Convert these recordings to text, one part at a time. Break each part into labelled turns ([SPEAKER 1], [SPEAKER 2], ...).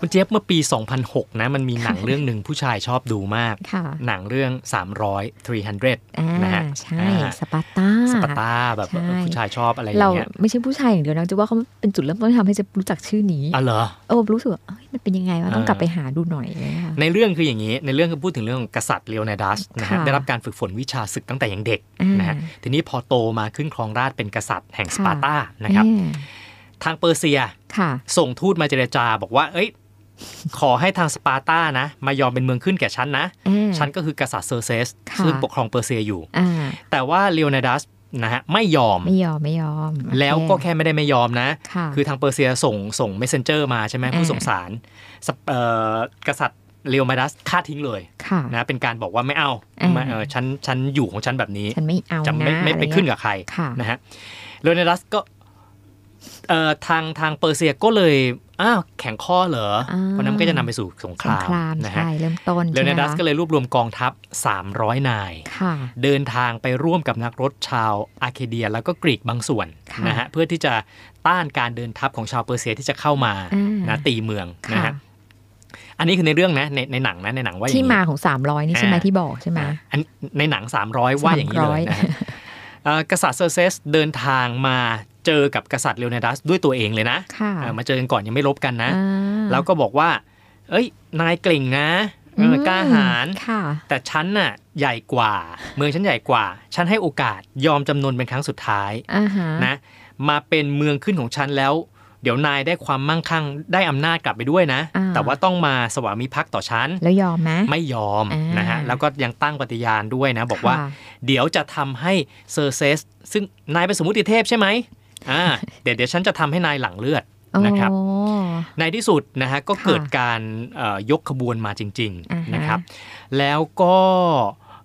[SPEAKER 1] คุณเจี๊ยบเมื่อปี 2006 นะ มันมีหนังเรื่องหนึ่งผู้ชายชอบดูมาก
[SPEAKER 2] ค่ะ
[SPEAKER 1] หนังเรื่อง 300
[SPEAKER 2] อ่า
[SPEAKER 1] 300 นะฮะ
[SPEAKER 2] ใช่
[SPEAKER 1] อ่า
[SPEAKER 2] สปาร์ตา
[SPEAKER 1] สปาร์ตาแบบ
[SPEAKER 2] ใช่
[SPEAKER 1] ผู้ชายชอบอะไรอย่า
[SPEAKER 2] เรา
[SPEAKER 1] งเงี้ย
[SPEAKER 2] ไม่ใช่ผู้ชายอย่างเดียวนะจะว่าเขาเป็นจุดเริ่มต้นที่ทำให้จะรู้จักชื่อนี้
[SPEAKER 1] อ๋อเหรอ
[SPEAKER 2] เออรู้สึกว่าเอ้ยมันเป็นยังไงวะต้อง
[SPEAKER 1] อ่า
[SPEAKER 2] กลับไปหาดูหน่อยอะไรเลยค่ะ
[SPEAKER 1] ในเรื่องคืออย่างนี้ ในเรื่องคือพูดถึงเรื่องของกษัตริย์เลโอนาดัสนะฮะ
[SPEAKER 2] ค่ะ
[SPEAKER 1] ได้รับการฝึกฝนวิชาศึกตั้งแต่ยังเด็ก
[SPEAKER 2] อ่าน
[SPEAKER 1] นะฮะทีนี้พอโตมาขึ้นครองราชย์เป็นกษัตริย์แห่งส
[SPEAKER 2] ค่ะ
[SPEAKER 1] ปาร์ตานะครับ
[SPEAKER 2] แม่
[SPEAKER 1] ทางเปอร์เซีย
[SPEAKER 2] ค่ะ
[SPEAKER 1] ส่งทูตมาเจรจาบอกว่า เอ้ย ขอให้ทางสปาร์ตานะ มายอมเป็นเมืองขึ้นแก่ฉันนะ
[SPEAKER 2] อ่า
[SPEAKER 1] ฉันก็คือกษัตริย์เซอร์เซส
[SPEAKER 2] ค่ะ
[SPEAKER 1] ซึ่งปกครองเปอร์เซียอยู่
[SPEAKER 2] อ่า
[SPEAKER 1] แต่ว่าเลโอนาดัสนะฮะไม่ยอม
[SPEAKER 2] ไม่ยอมไม่ยอม
[SPEAKER 1] แล้วก็แค่ไม่ได้ไม่ยอมนะ
[SPEAKER 2] ค่ะ
[SPEAKER 1] คือทางเปอร์เซียส่งส่งเมสเซนเจอร์มาใช่ไหม
[SPEAKER 2] อ่า
[SPEAKER 1] ผู้ส่งสารสปเอ่อกษัตริย์เลโอนาดัสฆ่าทิ้งเลย
[SPEAKER 2] ค่ะ
[SPEAKER 1] นะเป็นการบอกว่าไม่เอา
[SPEAKER 2] อ่า
[SPEAKER 1] ไม่เออฉันฉันอยู่ของฉันแบบนี้
[SPEAKER 2] ฉันไม่เอา
[SPEAKER 1] จะไม่
[SPEAKER 2] นะ
[SPEAKER 1] ไม่
[SPEAKER 2] อะร
[SPEAKER 1] ไปขึ้นกับใคร
[SPEAKER 2] ค่ะ
[SPEAKER 1] นะฮะเลโอนาดัสก็เอ่อทางทางเปอร์เซียก็เลยอ้าวแข็งข้อเหรออา เพราะนั้นมันก็จะนำไปสู่สงค
[SPEAKER 2] สง
[SPEAKER 1] ราม
[SPEAKER 2] คราม
[SPEAKER 1] นะฮะ
[SPEAKER 2] ใช่เริ่มต้น
[SPEAKER 1] เลโอนาดัส
[SPEAKER 2] ใช่ไหมคะ
[SPEAKER 1] ก็เลยรวบรวมกองทัพ 300 นาย
[SPEAKER 2] ค่ะ
[SPEAKER 1] เดินทางไปร่วมกับนักรบชาวอาร์เคเดียแล้วก็กรีกบางส่วน
[SPEAKER 2] ค่ะ
[SPEAKER 1] นะฮะเพื่อที่จะต้านการเดินทัพของชาวเปอร์เซียที่จะเข้ามา
[SPEAKER 2] อ่า
[SPEAKER 1] นะตีเมืองนะ
[SPEAKER 2] ค่ะ
[SPEAKER 1] ฮะอันนี้คือในเรื่องนะในในหนังนะในหนังว่าอย่าง
[SPEAKER 2] ที่
[SPEAKER 1] นี้
[SPEAKER 2] มาของ 300 นี่ใช่ไหมที่บอกใช่ไหม
[SPEAKER 1] อ่ะอันในหนัง 300 ว่าอย่างนี้เลยนะฮะเอ่อกษัตริย์เซอร์เซสเดินทางมาเจอกับกษัตริย์เลโอนาดัสด้วยตัวเองเลยนะ
[SPEAKER 2] ค่ะ
[SPEAKER 1] เออมาเจอกันก่อนยังไม่ลบกันนะ
[SPEAKER 2] อ่า
[SPEAKER 1] แล้วก็บอกว่า เอ้ยนายเก่งนะเออ
[SPEAKER 2] ม
[SPEAKER 1] กล้าหาญ
[SPEAKER 2] ค่ะ
[SPEAKER 1] แต่ฉันน่ะใหญ่กว่า เมืองฉันใหญ่กว่า ฉันให้โอกาสยอมจำนนเป็นครั้งสุดท้าย
[SPEAKER 2] อ่าฮะ
[SPEAKER 1] นะมาเป็นเมืองขึ้นของฉันแล้ว เดี๋ยวนายได้ความมั่งคั่งได้อำนาจกลับไปด้วยนะ
[SPEAKER 2] อ่า
[SPEAKER 1] แต่ว่าต้องมาสวามิภักดิ์ต่อฉัน
[SPEAKER 2] แล้วยอมไหม
[SPEAKER 1] ไม่ยอม
[SPEAKER 2] อ่าน
[SPEAKER 1] นะฮะแล้วก็ยังตั้งปฏิญาณด้วยนะ บอกว่า
[SPEAKER 2] ค่ะ
[SPEAKER 1] เดี๋ยวจะทำให้เซอร์เซส ซึ่งนายเป็นสมมติเทพใช่ไหมอ่าเดี๋ยวเดี๋ยวฉันจะทำให้นายหลังเลือด นะครับ
[SPEAKER 2] โอ้
[SPEAKER 1] ในที่สุดนะฮะก็
[SPEAKER 2] ค่ะ
[SPEAKER 1] เกิดการเอ่อยกขบวนมาจริง
[SPEAKER 2] อ่า
[SPEAKER 1] ๆ
[SPEAKER 2] ฮะ
[SPEAKER 1] นะครับ แล้วก็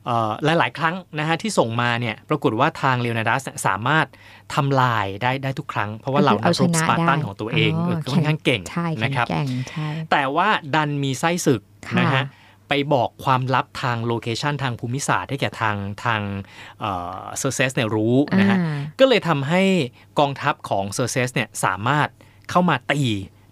[SPEAKER 1] เอ่อหลายๆ ครั้งนะฮะที่ส่งมาเนี่ยปรากฏว่าทางเลโอนาดัสเนี่ยสามารถทำลายได้ได้ทุกครั้ง เพราะว่าเหล่านักรบสปาร์ตันของตัวเองเออค่อนข้างเก่ง
[SPEAKER 2] ใช่
[SPEAKER 1] นะค
[SPEAKER 2] ครั
[SPEAKER 1] รั
[SPEAKER 2] บบ แข่งใช่
[SPEAKER 1] แต่ว่าดันมีไส้ศึก
[SPEAKER 2] ค่ะ
[SPEAKER 1] นะฮะไปบอกความลับทางโลเคชันทางภูมิศาสตร์ให้แก่ทางทางเซอร์เซสเนี่ยรู้นะฮะ
[SPEAKER 2] อ่า
[SPEAKER 1] ก็เลยทำให้กองทัพของเซอร์เซสเนี่ยสามารถเข้ามาตี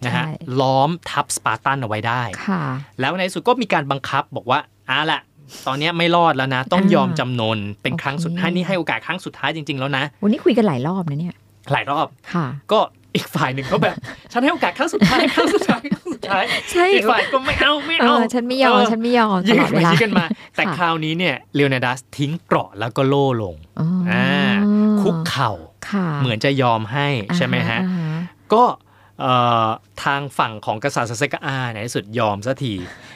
[SPEAKER 1] นะฮะ
[SPEAKER 2] ใช่
[SPEAKER 1] ล้อมทัพสปาร์ตันเอาไว้ได้
[SPEAKER 2] ค่ะ
[SPEAKER 1] แล้วในที่สุดก็มีการบังคับบอกว่าอ่ะละตอนเนี้ยไม่รอดแล้วนะ ต้อง
[SPEAKER 2] อ่าย
[SPEAKER 1] ยอมจำนนเป็นครั้งสุด
[SPEAKER 2] โอเค
[SPEAKER 1] ท้ายนี่ให้โอกาสครั้งสุดท้ายจริง ๆ แล้วนะ
[SPEAKER 2] วันนี้คุยกันหลายรอบนะเนี่ย
[SPEAKER 1] หลายรอบ
[SPEAKER 2] ค่ะ
[SPEAKER 1] ก็อีกฝ่ายหนึ่งก็แบบ ฉันให้โอกาสครั้งสุดท้ายค รั้งสุดท้ายครั้งสุดท้าย
[SPEAKER 2] ใช่
[SPEAKER 1] อีกฝ่ายก็ไม่เอาไม่
[SPEAKER 2] เอ
[SPEAKER 1] เอา
[SPEAKER 2] อฉันไม่ยอม
[SPEAKER 1] เ
[SPEAKER 2] ฉันไม่ยอมต
[SPEAKER 1] ยื้อ
[SPEAKER 2] ล
[SPEAKER 1] กั
[SPEAKER 2] อน ด
[SPEAKER 1] ไป
[SPEAKER 2] เวลา
[SPEAKER 1] ยื้อกันมา แต่
[SPEAKER 2] ค่ะ
[SPEAKER 1] คราวนี้เนี่ยเลโอนาดัสทิ้งเกราะแล้วก็โล่ลง
[SPEAKER 2] อ๋ออ่
[SPEAKER 1] าคุกเข่า
[SPEAKER 2] ค่ะ
[SPEAKER 1] เหมือนจะยอมให้ใช่ไหมฮะ
[SPEAKER 2] อ่าอ่า
[SPEAKER 1] ก็เอ่อทางฝั่งของกษัตริย์ซาเซกะอาในที่สุดยอมสักที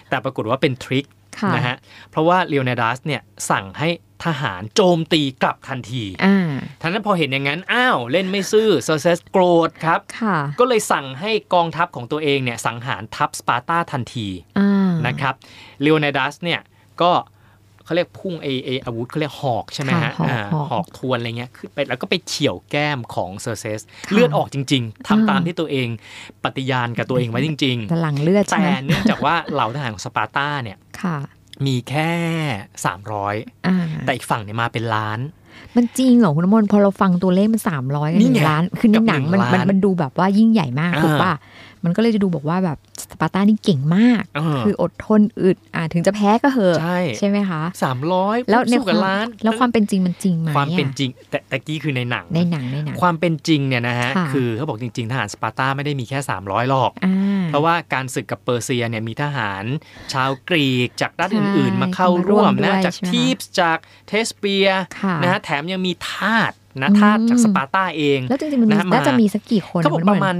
[SPEAKER 1] แต่ปรากฏว่าเป็นทริค
[SPEAKER 2] ค่ะ
[SPEAKER 1] นะฮะเพราะว่าเลโอนาดัสเนี่ยสั่งให้ทหารโจมตีกลับทันที
[SPEAKER 2] อ่า
[SPEAKER 1] ทันนั้นพอเห็นอย่างนั้น อ้าว เล่นไม่ซื่อเซอร์เซสโกรธครับ
[SPEAKER 2] ค่ะ
[SPEAKER 1] ก็เลยสั่งให้กองทัพของตัวเองเนี่ยสังหารทัพสปาร์ตาทันที
[SPEAKER 2] อ่า
[SPEAKER 1] นะครับเลโอนาดัสเนี่ยก็เขาเรียกพุ่งไอไออาวุธเขาเรียกหอกใช่ไหมฮะ
[SPEAKER 2] ค่ะหอ
[SPEAKER 1] า
[SPEAKER 2] กหอก
[SPEAKER 1] หอกทวนอะไรเงี้ยขึ้นไปแล้วก็ไปเฉี่ยวแก้มของเซอร์เซสเลือดออกจริง ๆทำตาม
[SPEAKER 2] อ่า
[SPEAKER 1] ที่ตัวเองปฏิญาณกับตัวเองไว้จริง
[SPEAKER 2] แต่หลังเลือด
[SPEAKER 1] ๆ
[SPEAKER 2] ใช่
[SPEAKER 1] แต่
[SPEAKER 2] ไหม
[SPEAKER 1] เนื่องจากว่าเหล่าทหารของสปาร์ตาเนี่ย
[SPEAKER 2] ค่ะ
[SPEAKER 1] มีแค่ 300
[SPEAKER 2] อ่า
[SPEAKER 1] แต่อีกฝั่งเนี่ยมาเป็นล้าน
[SPEAKER 2] มันจริงเหรอคุณอมนพอเราฟังตัวเลขมัน 300กัน
[SPEAKER 1] นี่
[SPEAKER 2] ห
[SPEAKER 1] ไง
[SPEAKER 2] นึ่งล้าน คือในหนังมัน
[SPEAKER 1] กับหนึ่ง
[SPEAKER 2] มัน
[SPEAKER 1] ล้าน
[SPEAKER 2] มันดูแบบว่ายิ่งใหญ่มาก
[SPEAKER 1] อ่า
[SPEAKER 2] ถูกป่ะ มันก็เลยจะดูบอกว่าแบบสปาร์ตานี่เก่งมาก
[SPEAKER 1] เออ
[SPEAKER 2] คืออดทนอึดอ่าถึงจะแพ้ก็เหอะ
[SPEAKER 1] ใช่
[SPEAKER 2] ไหมคะ
[SPEAKER 1] สามร้อย
[SPEAKER 2] แล้วใน
[SPEAKER 1] สู้
[SPEAKER 2] ค
[SPEAKER 1] กับ
[SPEAKER 2] วาม
[SPEAKER 1] ล้าน
[SPEAKER 2] แล้วความเป็นจริงมันจริงไหม
[SPEAKER 1] ความเป็น
[SPEAKER 2] อะ
[SPEAKER 1] จริง แต่แต่กี้คือในหนัง
[SPEAKER 2] ในหนังในหนัง
[SPEAKER 1] ความเป็นจริงเนี่ยนะฮะ
[SPEAKER 2] ค่ะ
[SPEAKER 1] คือเขาบอกจริงๆทหารสปาร์ตาไม่ได้มีแค่ 300หรอก
[SPEAKER 2] อ่า
[SPEAKER 1] เพราะว่าการศึกกับเปอร์เซียเนี่ยมีทหารชาวกรีกจากรัฐ
[SPEAKER 2] ใช่
[SPEAKER 1] อื่นๆ มาเข้าร่วมนะ
[SPEAKER 2] เข้ามาร่วมด้วย
[SPEAKER 1] จาก
[SPEAKER 2] ใช่ไหมคะ
[SPEAKER 1] ทีปส์จากเทสเปีย
[SPEAKER 2] ค่ะ
[SPEAKER 1] นะฮะแถมยังมีทาสนะ
[SPEAKER 2] อืม
[SPEAKER 1] ทาสจากสปาร์ตาเอง
[SPEAKER 2] แล้วจริงๆมันมี
[SPEAKER 1] นะมา
[SPEAKER 2] น่าจะมีสักกี่คน
[SPEAKER 1] เขาบอก
[SPEAKER 2] น
[SPEAKER 1] ประมา
[SPEAKER 2] เห
[SPEAKER 1] ณ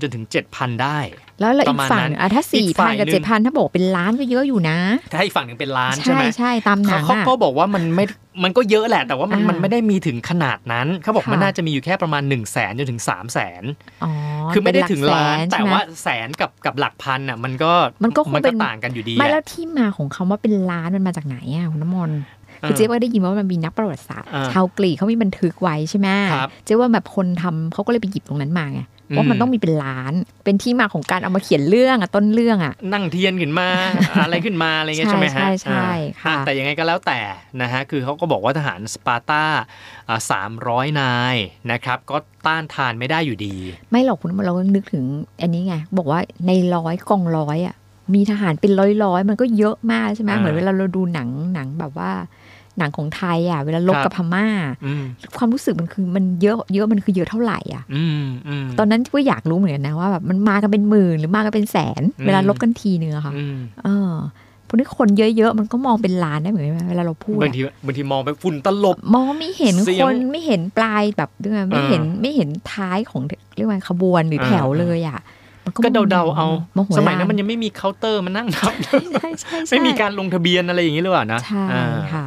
[SPEAKER 1] 4,000 จนถึง 7,000 ได้
[SPEAKER 2] นแล้วแล้ว
[SPEAKER 1] ป
[SPEAKER 2] อี
[SPEAKER 1] ระ
[SPEAKER 2] ก
[SPEAKER 1] มาณ
[SPEAKER 2] ฝั่ง
[SPEAKER 1] นั้น
[SPEAKER 2] อ่ะถ้า
[SPEAKER 1] อี
[SPEAKER 2] สี่
[SPEAKER 1] ก
[SPEAKER 2] พั
[SPEAKER 1] ฝ่าน ย
[SPEAKER 2] กับ
[SPEAKER 1] หนึ่ง
[SPEAKER 2] เจ็ดพันถ้าบอกเป็นล้านก็เยอะอยู่นะ
[SPEAKER 1] ถ้าอีกฝั่งหนึ่งเป็นล้านใช่
[SPEAKER 2] ใช่
[SPEAKER 1] ไหม
[SPEAKER 2] ใช่ตามห
[SPEAKER 1] เขา
[SPEAKER 2] นัง
[SPEAKER 1] เขา
[SPEAKER 2] อ่ะ
[SPEAKER 1] ก็บอกว่ามันไม่มันก็เยอะแหละ แต่ว่ามัน
[SPEAKER 2] อ่ามั
[SPEAKER 1] มันไม่ได้มีถึงขนาดนั้น เขาบอก
[SPEAKER 2] ค่ะ
[SPEAKER 1] มันน่าจะมีอยู่แค่ประมาณ 1 0 0 0 0แสนจนถึง 3 0 0แสน
[SPEAKER 2] อ๋อ
[SPEAKER 1] คือไม่ได้ถึง
[SPEAKER 2] เป็ห
[SPEAKER 1] ล้าน
[SPEAKER 2] กส
[SPEAKER 1] แต่
[SPEAKER 2] ใช่ไหม
[SPEAKER 1] ว่าแสนกับกับหลักพันอ่ะมันก็
[SPEAKER 2] มันก็คงเป็น
[SPEAKER 1] ต่างกันอยู่ดี
[SPEAKER 2] ไม่
[SPEAKER 1] อะ
[SPEAKER 2] แล้วที่มาของคำว่าเป็นล้านมันมาจากไหนอ่ะคุณน้ำมนต์ คือเจ๊ว่าได้ยินว่ามันมีนักประวัติศาสตร์
[SPEAKER 1] อ่า
[SPEAKER 2] ชาวกรีกเขามีบันทึกไว้ใช่ไหม
[SPEAKER 1] ครับ
[SPEAKER 2] เจ๊ว่าแบบคนทำเขาก็เลยไปหยิบตรงนั้นมาไง
[SPEAKER 1] อืม
[SPEAKER 2] ว่ามันต้องมีเป็นล้าน เป็นที่มาของการเอามาเขียนเรื่องอะต้นเรื่องอะ
[SPEAKER 1] นั่งเทียนขึ้นมา อะไรขึ้นมาอะไรเงี้ยใช่
[SPEAKER 2] ใช่
[SPEAKER 1] ไหมฮะ
[SPEAKER 2] ใช่ใช่
[SPEAKER 1] อ่า
[SPEAKER 2] ค่ะ
[SPEAKER 1] อ่แต่ยังไงก็แล้วแต่นะฮะคือเขาก็บอกว่าทหารสปาร์ตาสามร้อยนายนะครับ ก็ต้านทานไม่ได้อยู่ดี
[SPEAKER 2] ไม่หรอกคุณเรานึกถึงอันนี้ไงบอกว่าในร้อยกองร้อยอ่ะมีทหารเป็นร้อยร้อยๆมันก็เยอะมากใช่ไหม
[SPEAKER 1] อ่า
[SPEAKER 2] เหมือนเวลาเราดูหนังหนังแบบว่า หนังของไทยอ่ะเวลาลบ
[SPEAKER 1] ครับ
[SPEAKER 2] กับพม่า
[SPEAKER 1] อืม
[SPEAKER 2] ความรู้สึกมันคือมันเยอะเยอะมันคือเยอะเท่าไหร่อ่ะ
[SPEAKER 1] อืมอืม
[SPEAKER 2] ตอนนั้นก็อยากรู้เหมือนกันนะว่าแบบมันมากันเป็นหมื่นหรือมากันเป็นแสน
[SPEAKER 1] อืม
[SPEAKER 2] เวลาลบกันทีนึงอะค่ะ
[SPEAKER 1] อืม
[SPEAKER 2] เออพวกนี้คนเยอะๆมันก็มองเป็นล้านได้เหมือนกันไหมเวลาเราพูดอะ
[SPEAKER 1] บางทีบางทีมองไปฝุ่นตลบ
[SPEAKER 2] มองไม่เห็น
[SPEAKER 1] เสีย
[SPEAKER 2] ค
[SPEAKER 1] ง
[SPEAKER 2] นไม่เห็นปลายแบบด้วยนะไม่เห็นไม่เห็นท้ายของเรียกว่าขบวนหรืออา แถวเลยอ่ะมัน
[SPEAKER 1] ก็เดาๆเอา
[SPEAKER 2] มองหัว
[SPEAKER 1] สมัยนั้น
[SPEAKER 2] ล้า
[SPEAKER 1] มันยังไม่มีเคาน์เตอร์มานั่งนับ
[SPEAKER 2] ใช่ใช่ใช่
[SPEAKER 1] ไม่มีการลงทะเบียนอะไรอย่างนี้หรือเปล่านะ
[SPEAKER 2] ใช่
[SPEAKER 1] อ่า
[SPEAKER 2] ค่ะ